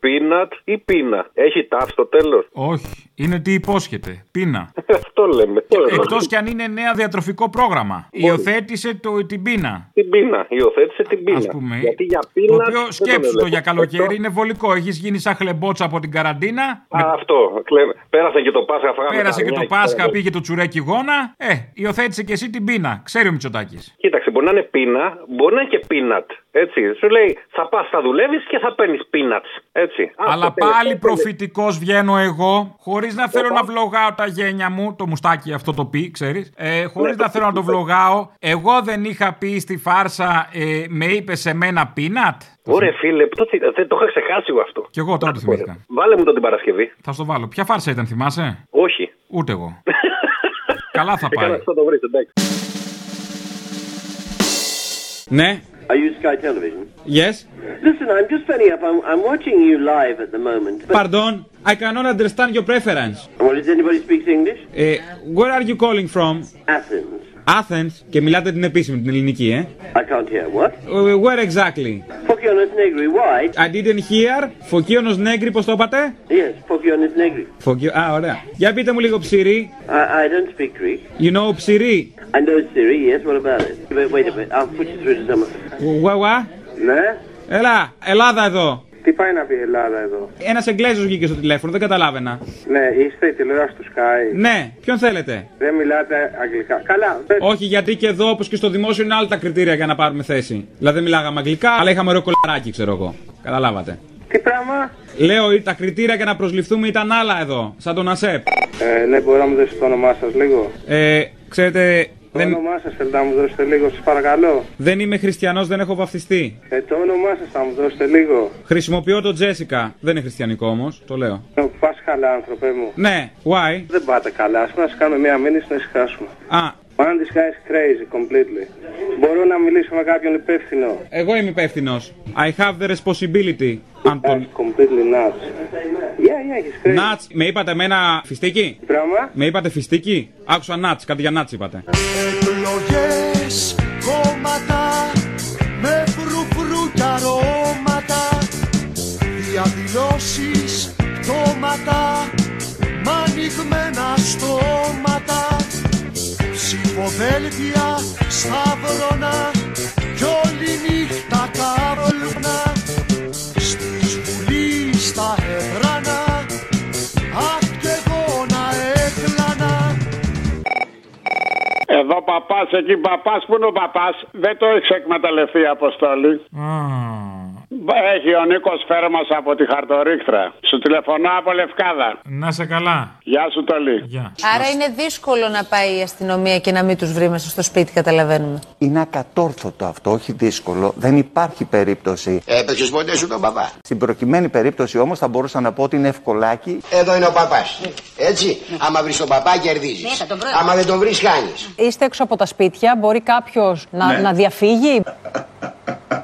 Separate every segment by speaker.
Speaker 1: Πίνατ ή πίνα. Έχει τάφ στο τέλος.
Speaker 2: Όχι. Είναι τι υπόσχεται. Πείνα.
Speaker 1: Αυτό λέμε. Το λέμε.
Speaker 2: Εκτός κι αν είναι νέα διατροφικό πρόγραμμα. Υιοθέτησε το, την πείνα.
Speaker 1: Την πείνα. Υιοθέτησε την πείνα.
Speaker 2: Ας πούμε.
Speaker 1: Γιατί για
Speaker 2: Το
Speaker 1: πείνα.
Speaker 2: οποίο
Speaker 1: δεν
Speaker 2: σκέψου το
Speaker 1: βλέπω.
Speaker 2: για καλοκαίρι
Speaker 1: Εκτός-
Speaker 2: είναι βολικό. Έχεις γίνει σαν χλεμπότσα από την καραντίνα.
Speaker 1: Α, αυτό. Κλαίμε. Πέρασε και το Πάσχα. Φάγαμε
Speaker 2: Πέρασε και το
Speaker 1: ταμιάκι,
Speaker 2: Πάσχα,
Speaker 1: φάγαμε.
Speaker 2: πήγε το τσουρέκι γόνα. Ε, υιοθέτησε και εσύ την πείνα. Ξέρει ο Μητσοτάκης.
Speaker 1: Κοίταξε, μπορεί να είναι πείνα, μπορεί να είναι και πίνατ. Έτσι. Σου λέει, θα πας, θα δουλεύεις και θα παίρνεις πίνατ. Έτσι. Α,
Speaker 2: Αλλά
Speaker 1: το τέλος.
Speaker 2: πάλι προφητικός βγαίνω εγώ, χωρίς να θέλω να βλογάω τα γένια μου, το μουστάκι αυτό το πει, ξέρεις. Ε, χωρίς
Speaker 1: το
Speaker 2: να θέλω να το βλογάω, εγώ δεν είχα πει στη φάρσα, ε, με είπε σε μένα πίνατ.
Speaker 1: Ωραία, φίλε, το, δεν το είχα ξεχάσει εγώ αυτό.
Speaker 2: Κι εγώ τώρα το θυμήθηκα.
Speaker 1: Βάλε μου το την Παρασκευή.
Speaker 2: Θα στο βάλω. Ποια φάρσα ήταν, θυμάσαι?
Speaker 1: Όχι.
Speaker 2: Ούτε εγώ. Καλά θα
Speaker 1: Καλά,
Speaker 2: πάει.
Speaker 1: αυτό το βρεις, εντάξει.
Speaker 3: Ναι.
Speaker 4: I use Sky Television.
Speaker 3: Yes.
Speaker 4: Listen, I'm just phoning up. I'm, I'm watching you live at the moment. But,
Speaker 3: Pardon. I cannot understand your preference.
Speaker 4: well, does anybody speak English?
Speaker 3: Ε, where are you calling from?
Speaker 4: Athens.
Speaker 3: Athens. Και μιλάτε την επίσημη, την ελληνική, ε.
Speaker 4: I can't hear. What?
Speaker 3: Ε, Where exactly?
Speaker 4: Pokionis Negri. Why?
Speaker 3: I didn't hear. Φωκίωνος Νέγκρη, πώς το είπατε?
Speaker 4: Yes, Pokionis Negri.
Speaker 3: Φωκίω... Α, ωραία. Για πείτε μου λίγο ψηρή.
Speaker 4: I, I don't speak Greek.
Speaker 3: You know ψηρή.
Speaker 4: I know Siri. Yes, what about it? Wait, wait a minute. I'll put you through to someone.
Speaker 3: Γουαγουά.
Speaker 4: Ναι.
Speaker 3: Έλα, Ελλάδα εδώ.
Speaker 4: Τι πάει να πει η Ελλάδα εδώ.
Speaker 3: Ένας Εγγλέζος βγήκε στο τηλέφωνο, δεν καταλάβαινα.
Speaker 4: Ναι, είστε η τηλεόραση του Sky.
Speaker 3: Ναι, ποιον θέλετε.
Speaker 4: Δεν μιλάτε αγγλικά. Καλά, δεν...
Speaker 3: Όχι, γιατί και εδώ, όπως και στο δημόσιο, είναι άλλα τα κριτήρια για να πάρουμε θέση. Δηλαδή, δεν μιλάγαμε αγγλικά, αλλά είχαμε ωραίο κολαράκι, ξέρω εγώ. Καταλάβατε.
Speaker 4: Τι πράγμα.
Speaker 3: Λέω, ή τα κριτήρια για να προσληφθούμε ήταν άλλα εδώ, σαν τον ΑΣΕΠ.
Speaker 4: Ε, ναι, μπορώ να μου δώσετε το όνομά σας λίγο.
Speaker 3: Ε, ξέρετε, δεν,
Speaker 4: όνομά σας θέλετε να μου δώσετε λίγο, σας παρακαλώ.
Speaker 3: δεν είμαι χριστιανός, δεν έχω βαφτιστεί.
Speaker 4: Ε, το όνομά σας θα μου δώσετε λίγο.
Speaker 3: Χρησιμοποιώ το Τζέσικα. Δεν είναι χριστιανικό όμως, το λέω.
Speaker 4: Ε, Πας καλά, άνθρωπέ μου.
Speaker 3: Ναι, why?
Speaker 4: Δεν πάτε καλά. Ας πούμε να σας κάνω μια μήνυση να ησυχάσουμε.
Speaker 3: Α,
Speaker 4: Man, this guy is crazy completely. Μπορώ να μιλήσω με κάποιον υπεύθυνο.
Speaker 3: εγώ είμαι υπεύθυνος. I have the responsibility. Αν
Speaker 4: That's
Speaker 3: τον.
Speaker 4: Ε, completely nuts. Yeah, yeah, he's crazy.
Speaker 3: Νατς, με είπατε εμένα φιστίκι.
Speaker 4: Τι Πράγμα.
Speaker 3: Με είπατε φιστίκι. Άκουσα νατς, κάτι για νατς είπατε.
Speaker 5: Εκλογές, κόμματα με φρουφρού και αρώματα διαδηλώσεις, πτώματα μ' ανοιγμένα στόματα ψηφοδέλτια, σταυρώνα κι όλη νύχτα καύλωνα στις βουλή στα έδρανα αχ κι εγώ να έκλανα
Speaker 6: Εδώ παπάς, εκεί παπάς, που είναι ο παπάς, δεν το έχει εκμεταλλευτεί η αποστολή.
Speaker 2: Α,
Speaker 6: Έχει ο Νίκος Φέρμας από τη Χαρτορίχτρα. Σου τηλεφωνώ από Λευκάδα.
Speaker 2: να σε καλά.
Speaker 6: Γεια σου, Τολί.
Speaker 2: Γεια.
Speaker 7: Άρα είναι δύσκολο να πάει η αστυνομία και να μην τους βρει μέσα στο σπίτι, καταλαβαίνουμε.
Speaker 8: Είναι ακατόρθωτο αυτό, όχι δύσκολο. Δεν υπάρχει περίπτωση.
Speaker 9: Έπαιξες ποτέ σου τον παπά.
Speaker 8: Στην προκειμένη περίπτωση όμως θα μπορούσα να πω ότι είναι ευκολάκι.
Speaker 9: Εδώ είναι ο παπάς. Έτσι. Άμα βρεις τον παπά, κερδίζεις. Άμα δεν τον βρεις, χάνεις.
Speaker 7: Είστε έξω από τα σπίτια, μπορεί κάποιος να, να διαφύγει.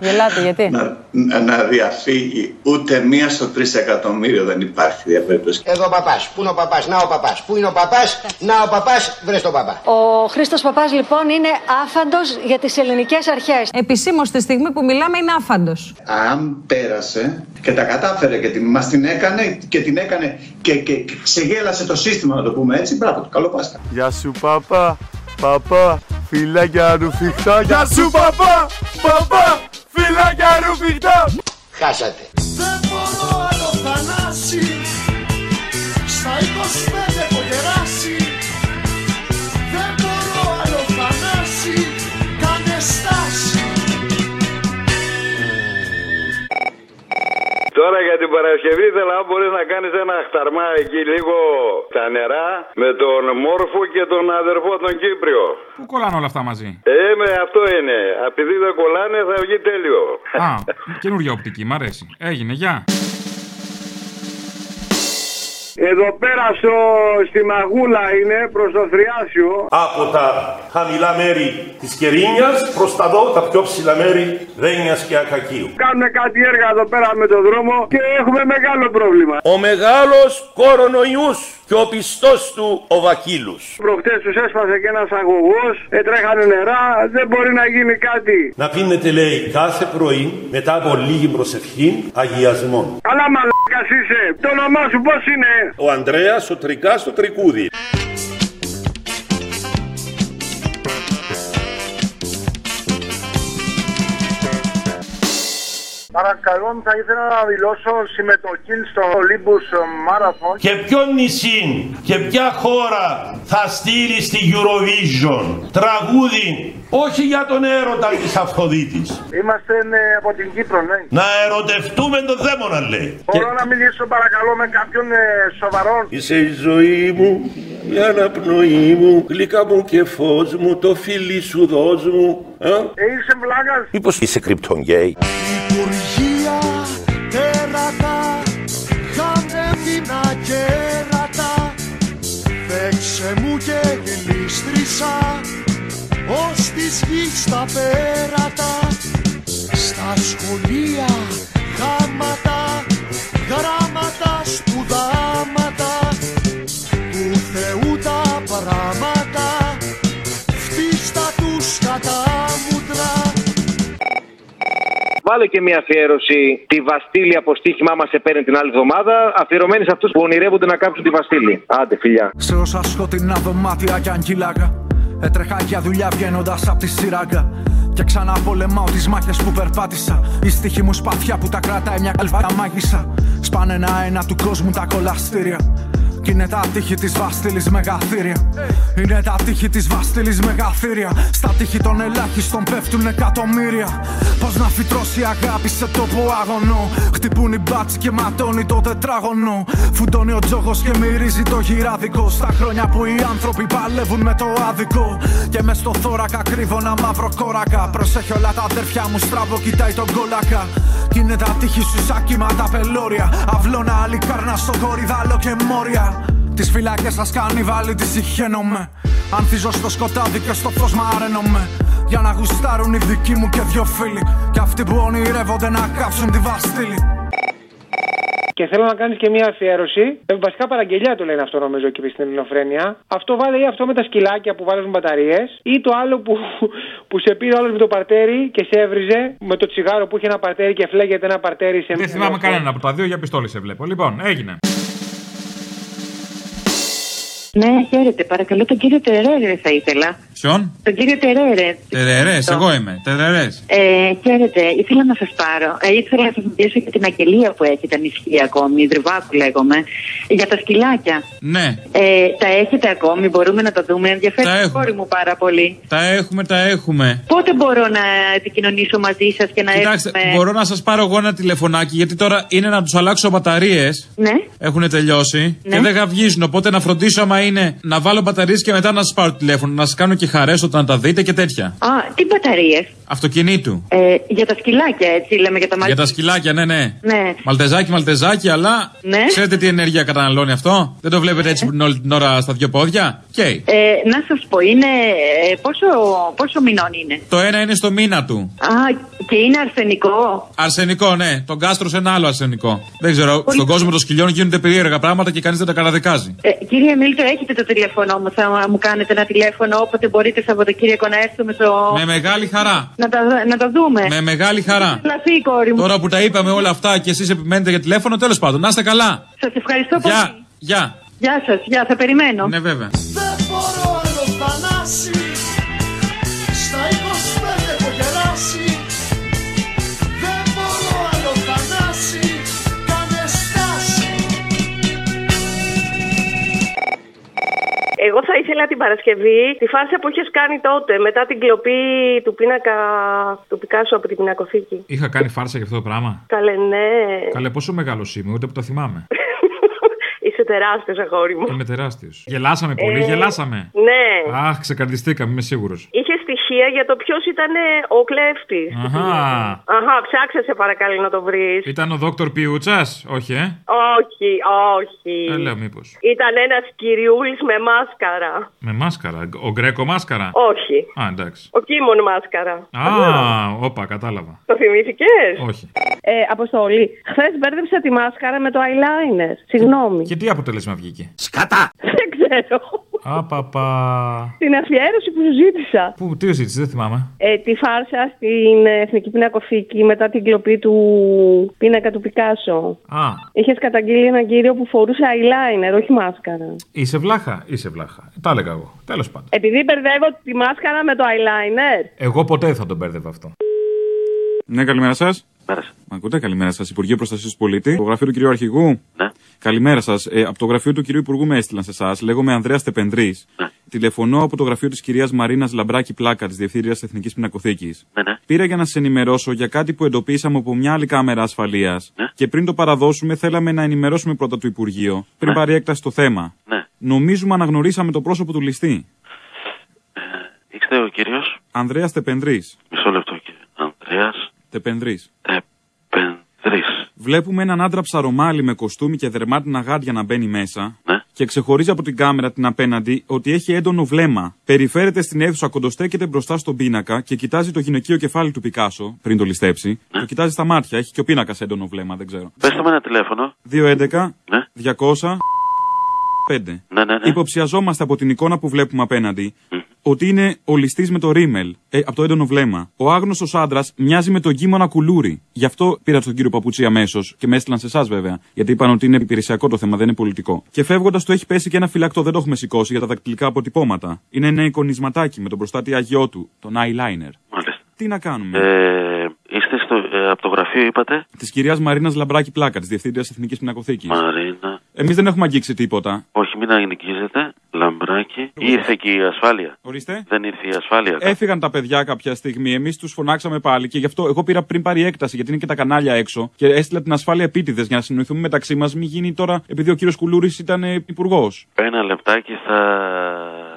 Speaker 7: Γελάτε, γιατί.
Speaker 10: να, ναι. να διαφύγει. Ούτε μία στο τρεις εκατομμύριο δεν υπάρχει διαπέμπτωση.
Speaker 8: Ε,
Speaker 9: Εδώ ο παπάς. Πού είναι ο παπάς, να ο παπάς. Πού είναι ο παπάς, να ο παπάς, βρες τον παπά.
Speaker 11: Ο Χρήστος Παπάς λοιπόν είναι άφαντος για τις ελληνικές αρχές.
Speaker 7: Επισήμως τη στιγμή που μιλάμε είναι άφαντος.
Speaker 10: Αν πέρασε και τα κατάφερε και την, μας την έκανε και την έκανε και, και, και ξεγέλασε το σύστημα, να το πούμε έτσι, μπράβο του, καλό Πάσχα.
Speaker 5: Γεια σου παπά, παπά, φυλάκια ρουφιχτά Γεια σου παπά, παπά, φυλάκια ρουφιχτά
Speaker 9: Χάσατε.
Speaker 5: Δεν μπορώ άλλο θανάσει Στα 25 έχω γεράσει Δεν μπορώ άλλο θανάσει Κάνε στάση
Speaker 1: Τώρα για την Παρασκευή ήθελα αν μπορείς να κάνεις ένα χταρμά εκεί λίγο τα νερά με τον Μόρφο και τον αδερφό τον Κύπριο.
Speaker 2: Πού κολλάνε όλα αυτά μαζί.
Speaker 1: Ε, με αυτό είναι. Επειδή δεν κολλάνε θα βγει τέλειο.
Speaker 2: Α, καινούργια οπτική, μ' αρέσει. Έγινε, γεια.
Speaker 4: Εδώ πέρα στο, στη Μαγούλα είναι προς το Θριάσιο.
Speaker 5: Από τα χαμηλά μέρη της Κερίνιας προς τα δω τα πιο ψηλά μέρη Δένιας και Ακακίου.
Speaker 4: Κάνουν κάτι έργα εδώ πέρα με τον δρόμο και έχουμε μεγάλο πρόβλημα.
Speaker 5: Ο μεγάλος κορονοϊούς και ο πιστός του ο Βακύλους.
Speaker 4: Προχτές τους έσπασε και ένας αγωγός, έτρεχανε νερά, δεν μπορεί να γίνει κάτι.
Speaker 5: Να πίνετε λέει κάθε πρωί μετά από λίγη προσευχή αγιασμών.
Speaker 4: Καλά μαλάκα μαλάκα είσαι. Το όνομά σου πώς είναι.
Speaker 12: Ο Ανδρέας, ο Τρικάς, το Τρικούδι.
Speaker 4: Παρακαλώ, θα ήθελα να δηλώσω συμμετοχή στο Olympus Marathon.
Speaker 13: Και ποιο νησί και ποια χώρα θα στείλει στη Eurovision τραγούδι όχι για τον έρωτα της Αφροδίτης.
Speaker 4: Είμαστε ε, από την Κύπρο, ναι.
Speaker 13: Να ερωτευτούμε τον δαίμονα λέει.
Speaker 4: Μπορώ να μιλήσω παρακαλώ με κάποιον ε, σοβαρό.
Speaker 12: Είσαι η ζωή μου, η αναπνοή μου, γλυκά μου και φως μου, το φίλι σου δώσ' μου. Ε?
Speaker 4: Ε, είσαι βλάκας.
Speaker 12: Μήπως είσαι κρυπτον γκέι.
Speaker 5: Υπουργεία, τέρατα, χανεύινα κέρατα Παίξε μου και γλίστρισα ως της γης τα πέρατα Στα σχολεία γάματα, γράμματα, σπουδάματα Του Θεού τα πράγματα, φτύστα τους κατάμουτρα
Speaker 14: Βάλε και μια αφιέρωση. Τη Βαστήλη από στοίχημά μας σε παίρνει την άλλη εβδομάδα. Αφιερωμένη σε αυτούς που ονειρεύονται να κάψουν τη Βαστήλη. Άντε, φιλιά.
Speaker 15: Σε όσα σκοτεινά δωμάτια κι αν κύλαγα Έτρεχα για δουλειά βγαίνοντας απ' τη σειράγκα Και ξανά πολεμάω τις μάχες που περπάτησα Η στίχη μου σπαθιά που τα κρατάει μια καλβάτα μάγισσα Σπάνε ένα-ένα του κόσμου τα κολαστήρια Κι είναι τα τείχη της Βαστήλης μεγαθύρια Είναι τα τείχη της Βαστήλης μεγαθύρια Στα τείχη των ελάχιστων πέφτουν εκατομμύρια Πώς να φυτρώσει η αγάπη σε τόπο άγωνο Χτυπούν οι μπάτσι και ματώνει το τετράγωνο Φουντώνει ο τζόγος και μυρίζει το γυράδικο Στα χρόνια που οι άνθρωποι παλεύουν με το άδικο Και μες στο θώρακα κρύβω ένα μαύρο κόρακα Προσέχει όλα τα αδέρφια μου στραβό κοιτάει τον κόλακα Κι είναι τα τείχη σου σαν κύματα πελώρια Αυλώνα αλικάρνα στο κορυδάλο και μόρια Τις φυλακές σας κάνει βάλει τις συχαίνομαι Ανθίζω στο σκοτάδι και στο φως μαραίνομαι Για να γουστάρουν οι δικοί μου και δυο φίλοι Και αυτοί που ονειρεύονται να κάψουν τη βαστήλη
Speaker 16: Και θέλω να κάνεις και μια αφιέρωση. Ε, βασικά παραγγελιά το λένε αυτό νομίζω εκεί στην Ελληνοφρένεια. Αυτό βάλε ή αυτό με τα σκυλάκια που βάλουν μπαταρίες ή το άλλο που, που σε πήρε όλο με το παρτέρι και σε έβριζε με το τσιγάρο που είχε ένα παρτέρι και φλέγεται ένα παρτέρι σε
Speaker 2: Δεν θυμάμαι κανένα από τα δύο για πιστόλι σε βλέπω. Λοιπόν, έγινε.
Speaker 17: Ναι, χαίρετε. Παρακαλώ τον κύριο Τερέρε θα ήθελα.
Speaker 3: Ποιον?
Speaker 17: Τον κύριο Τερέρε.
Speaker 3: Τερερέ, εγώ είμαι. Τερερέ.
Speaker 17: Ε, χαίρετε. Ήθελα να σας πάρω. Ε, ήθελα να σας μιλήσω για την αγγελία που έχετε ανισχύει ακόμη. Δρυβάκου λέγομαι. Για τα σκυλάκια.
Speaker 3: Ναι.
Speaker 17: Ε, τα έχετε ακόμη. Μπορούμε να τα δούμε. Ενδιαφέρει
Speaker 3: Τα
Speaker 17: το
Speaker 3: έχουμε.
Speaker 17: κόρη μου πάρα πολύ.
Speaker 3: Τα έχουμε, τα έχουμε.
Speaker 17: Πότε μπορώ να επικοινωνήσω μαζί σας και να
Speaker 3: Κοιτάξτε,
Speaker 17: έχουμε...
Speaker 3: μπορώ να σας πάρω εγώ ένα τηλεφωνάκι γιατί τώρα είναι να τους αλλάξω μπαταρίες.
Speaker 17: Ναι.
Speaker 3: Έχουν τελειώσει
Speaker 17: Ναι.
Speaker 3: και δεν γαυγίζουν. Οπότε να φροντίσω άμα είναι να βάλω μπαταρίες και μετά να σας πάρω τηλέφωνο. Να σας κάνω και χαρές όταν τα δείτε και τέτοια.
Speaker 17: Α, τι μπαταρίες.
Speaker 3: Αυτοκινήτου.
Speaker 17: Ε, για τα σκυλάκια, έτσι λέμε, για τα μαλλιά.
Speaker 3: Για τα σκυλάκια, ναι, ναι.
Speaker 17: Ναι.
Speaker 3: Μαλτεζάκι, μαλτεζάκι, αλλά.
Speaker 17: Ναι.
Speaker 3: Ξέρετε τι ενέργεια καταναλώνει αυτό. Δεν το βλέπετε έτσι όλη την ώρα στα δύο πόδια. Καίει.
Speaker 17: Ε, να σας πω, είναι... ε, πόσο, πόσο μηνών είναι.
Speaker 3: Το ένα είναι στο μήνα του.
Speaker 17: Α, και είναι αρσενικό.
Speaker 3: Αρσενικό, ναι. Τον κάστρο σε ένα άλλο αρσενικό. Δεν ξέρω. Στον κόσμο των σκυλιών γίνονται περίεργα πράγματα και κανείς δεν τα καταδικάζει.
Speaker 17: Ε, κύριε Μίλτο, έχετε το τηλέφωνο μου. Θα μου κάνετε ένα τηλέφωνο όποτε μπορείτε Σαββατοκύριακο να έρθουμε στο.
Speaker 3: Με μεγάλη χαρά.
Speaker 17: Να, τα, να τα δούμε.
Speaker 3: Με μεγάλη χαρά.
Speaker 17: Να φύγει, κόρη μου.
Speaker 3: Τώρα που τα είπαμε όλα αυτά και εσείς επιμένετε για τηλέφωνο, τέλος πάντων. Να είστε καλά.
Speaker 17: Σας ευχαριστώ πολύ.
Speaker 3: Γεια. Γεια.
Speaker 17: Γεια σας, γεια, θα περιμένω.
Speaker 3: Ναι, βέβαια.
Speaker 5: Δεν μπορώ άλλο θανάση Στα 25 έχω γεράσει Δεν μπορώ άλλο θανάση Κάνε στάση
Speaker 18: Εγώ θα ήθελα την Παρασκευή τη φάρσα που είχες κάνει τότε μετά την κλοπή του πίνακα του Πικάσου από την πινακοθήκη.
Speaker 2: Είχα κάνει φάρσα για αυτό το πράγμα.
Speaker 18: Καλέ, ναι.
Speaker 2: Καλέ, πόσο μεγάλο είμαι, ούτε που το θυμάμαι.
Speaker 18: Είσαι τεράστιος, αγόρι μου.
Speaker 2: Είμαι τεράστιος. Γελάσαμε πολύ,
Speaker 18: Ε,
Speaker 2: γελάσαμε.
Speaker 18: Ναι.
Speaker 2: Αχ, ξεκαρδιστήκαμε, είμαι σίγουρος.
Speaker 18: Είχες στοιχεία για το ποιος ήταν ε, ο κλέφτης.
Speaker 2: Αχά.
Speaker 18: Αχα, ψάξε σε παρακαλώ να το βρεις.
Speaker 2: Ήταν ο δόκτωρ Πιούτσας, όχι, ε.
Speaker 18: Όχι, όχι.
Speaker 2: Ε, λέω μήπως.
Speaker 18: Ήταν ένας κυριούλης με μάσκαρα.
Speaker 2: Με μάσκαρα. Ο Γκρέκο μάσκαρα.
Speaker 18: Όχι.
Speaker 2: Α, εντάξει.
Speaker 18: Ο Κίμων μάσκαρα.
Speaker 2: Α, όπα, κατάλαβα.
Speaker 18: Το θυμήθηκες?
Speaker 2: Όχι.
Speaker 19: Ε, αποστολή. Χθες μπέρδεψα τη μάσκαρα με το eyeliner. Συγγνώμη.
Speaker 2: Και τι αποτέλεσμα βγήκε.
Speaker 19: Δεν ξέρω.
Speaker 20: Απαπα.
Speaker 21: την αφιέρωση που σου ζήτησα.
Speaker 20: Πού, τι ζήτησε, δεν θυμάμαι.
Speaker 21: Ε, τη φάρσα στην ε, Εθνική Πινακοθήκη μετά την κλοπή του πίνακα του Πικάσο.
Speaker 20: Α,
Speaker 21: Είχες καταγγείλει έναν κύριο που φορούσε eyeliner, όχι μάσκαρα.
Speaker 20: είσαι βλάχα, είσαι βλάχα. Τα έλεγα εγώ. Τέλος πάντων.
Speaker 21: Επειδή μπερδεύω τη μάσκαρα με το eyeliner.
Speaker 20: Εγώ ποτέ δεν θα τον μπέρδευα αυτό.
Speaker 3: Ναι, καλημέρα σας. Μ' ακούτε, καλημέρα σας. Υπουργείο Προστασίας του Πολίτη, το γραφείο του κυρίου Αρχηγού. Ναι. Καλημέρα σας. Ε, από το γραφείο του κυρίου Υπουργού με έστειλαν σε εσάς. Λέγομαι Ανδρέας Τεπενδρής. Ναι. Τηλεφωνώ από το γραφείο της κυρίας Μαρίνας Λαμπράκη Πλάκα, της Διευθύντρια Εθνικής Πινακοθήκης.
Speaker 22: Ναι,
Speaker 3: Πήρα για να σας ενημερώσω για κάτι που εντοπίσαμε από μια άλλη κάμερα ασφαλείας.
Speaker 22: Ναι.
Speaker 3: Και πριν το παραδώσουμε, θέλαμε να ενημερώσουμε πρώτα το Υπουργείο, πριν πάρει έκταση το θέμα.
Speaker 22: Ναι.
Speaker 3: Νομίζουμε αναγνωρίσαμε το πρόσωπο του ληστή.
Speaker 22: Είστε Ε, ο κύριος
Speaker 3: Ανδρέας Τεπενδρής.
Speaker 22: Μισό λεπτό, κύριε Ανδρέας
Speaker 3: Τεπενδρής.
Speaker 22: Τεπενδρής.
Speaker 3: Βλέπουμε έναν άντρα ψαρομάλι με κοστούμι και δερμάτινα γάντια να μπαίνει μέσα και ξεχωρίζει από την κάμερα την απέναντι ότι έχει έντονο βλέμμα. Περιφέρεται στην αίθουσα, κοντοστέκεται μπροστά στον πίνακα και κοιτάζει το γυναικείο κεφάλι του Πικάσο πριν το ληστέψει. Το κοιτάζει στα μάτια, έχει και ο πίνακας έντονο βλέμμα, δεν ξέρω.
Speaker 22: Πέστε με ένα τηλέφωνο.
Speaker 3: 211 200 5.
Speaker 22: Ναι,
Speaker 3: Υποψιαζόμαστε από την εικόνα που βλέπουμε απέναντι ότι είναι ο ληστής με το ρίμελ, ε, από το έντονο βλέμμα. Ο άγνωστος άντρας μοιάζει με τον κίμωνα κουλούρι. Γι' αυτό πήρα τον κύριο Παπουτσί αμέσως και με έστειλαν σε εσάς βέβαια. Γιατί είπαν ότι είναι υπηρεσιακό το θέμα, δεν είναι πολιτικό. Και φεύγοντας του έχει πέσει και ένα φυλακτό, δεν το έχουμε σηκώσει για τα δακτυλικά αποτυπώματα. Είναι ένα εικονισματάκι με τον προστάτη αγιό του, τον eyeliner. Τι να κάνουμε.
Speaker 22: Ε, είστε στο, ε, από το γραφείο, είπατε.
Speaker 3: Της κυρίας Μαρίνας Λαμπράκη Πλάκα, της Διευθύντριας Εθνικής Πινακοθήκης.
Speaker 22: Μαρίνα.
Speaker 3: Εμείς δεν έχουμε αγγίξει τίποτα.
Speaker 22: Όχι, μην αγνικίζετε. Λαμπράκι. Ήρθε και η ασφάλεια.
Speaker 3: Ορίστε.
Speaker 22: Δεν ήρθε η ασφάλεια.
Speaker 3: Έφυγαν τα παιδιά κάποια στιγμή, εμείς τους φωνάξαμε πάλι και γι' αυτό εγώ πήρα πριν πάρει έκταση, γιατί είναι και τα κανάλια έξω και έστειλα την ασφάλεια επίτηδες για να συνοηθούμε μεταξύ μας. Μην γίνει τώρα, επειδή ο κύριος Κουλούρης ήταν ε, υπουργός.
Speaker 22: Ένα λεπτάκι θα.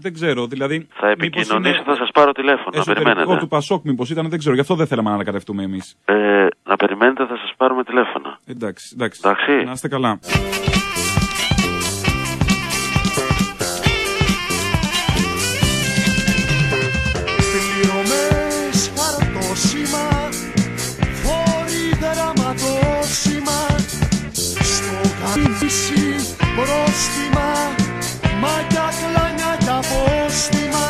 Speaker 3: Δεν ξέρω, δηλαδή.
Speaker 22: Θα επικοινωνήσω, θα σας πάρω τηλέφωνο. Να
Speaker 3: Εσωτερικό
Speaker 22: περιμένετε.
Speaker 3: του Πασόκ, μήπως ήταν, δεν ξέρω, γι' αυτό δεν θέλαμε να ανακατευτούμε εμείς.
Speaker 22: Ε, να περιμένετε, θα σας πάρουμε τηλέφωνο.
Speaker 3: Εντάξει, εντάξει.
Speaker 22: Εντάξει.
Speaker 3: Να είστε καλά.
Speaker 15: Πληρωμές χαρτόσημα Φόροι δραματόσημα Στο καμίσι πρόστιμα Μάκια κλάνια και απόστιμα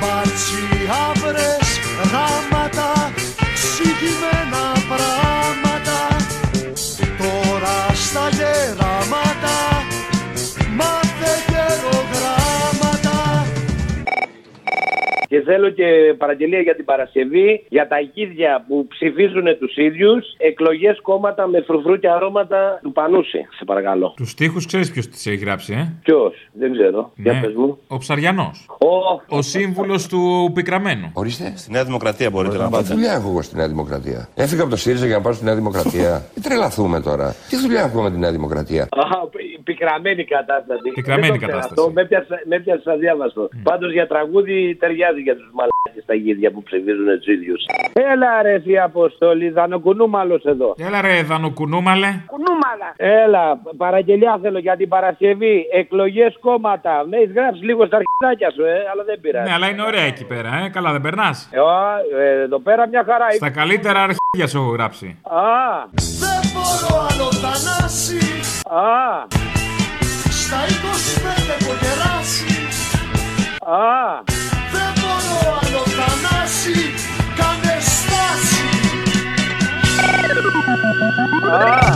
Speaker 15: Μπατσιάβρες γράμματα Συγκυμένα πράγματα Τώρα στα γεράματα Μάθε γερογράμματα
Speaker 1: Και θέλω και παραγγελία για την Παρασκευή για τα γίδια που ψηφίζουν τους ίδιους εκλογές κόμματα με φρουφρού και αρώματα του Πανούση. Σε παρακαλώ.
Speaker 20: Τους τοίχου ξέρεις ποιος τις έχει γράψει, ε.
Speaker 1: Ποιος, δεν ξέρω. Για
Speaker 20: Ναι.
Speaker 1: πες μου.
Speaker 20: Ο Ψαριανός. Ο σύμβουλος του Πικραμένου.
Speaker 5: Ορίστε. Στη Νέα Δημοκρατία μπορείτε να
Speaker 20: πάτε.
Speaker 5: πάτε. Τι δουλειά έχω εγώ στη Νέα Δημοκρατία. Έφυγα από το ΣΥΡΙΖΑ για να πάω στη Νέα Δημοκρατία. Τι τρελαθούμε τώρα. Τι δουλειά έχω με τη Νέα Δημοκρατία.
Speaker 1: Α, πι- πικραμένη κατάσταση.
Speaker 5: Πικραμένη
Speaker 1: Δεν το ξέρω
Speaker 5: κατάσταση.
Speaker 1: αυτό, Με πιάσα- Με πιάσα αδιάβαστο. Πάντως για τραγούδι ταιριάζει για τους μαλάκες τα γίδια που ψηφίζουν τους ίδιους. Έλα ρε, η Αποστολή, δανοκουνούμαλος εδώ.
Speaker 20: Έλα ρε, δανοκουνούμαλε.
Speaker 1: Κουνούμαλα. Έλα, παραγγελιά θέλω για την Παρασκευή. Εκλογές κόμματα. Ναι, έχει γράψει λίγο στα αρχιδάκια σου, ε, αλλά δεν πειράζει.
Speaker 20: Ναι, αλλά είναι ωραία εκεί πέρα, ε. Καλά, δεν περνάς.
Speaker 1: Ε, α, ε, εδώ πέρα μια χαρά.
Speaker 20: Στα καλύτερα αρχίδια σου έχω γράψει.
Speaker 1: Α.
Speaker 15: Δεν μπορώ άλλο Θανάση
Speaker 1: Α.
Speaker 15: Στα 25 έχω κεράσει
Speaker 1: Α.
Speaker 15: Δεν μπορώ άλλο Θανάση Κάνε στάση
Speaker 1: Α.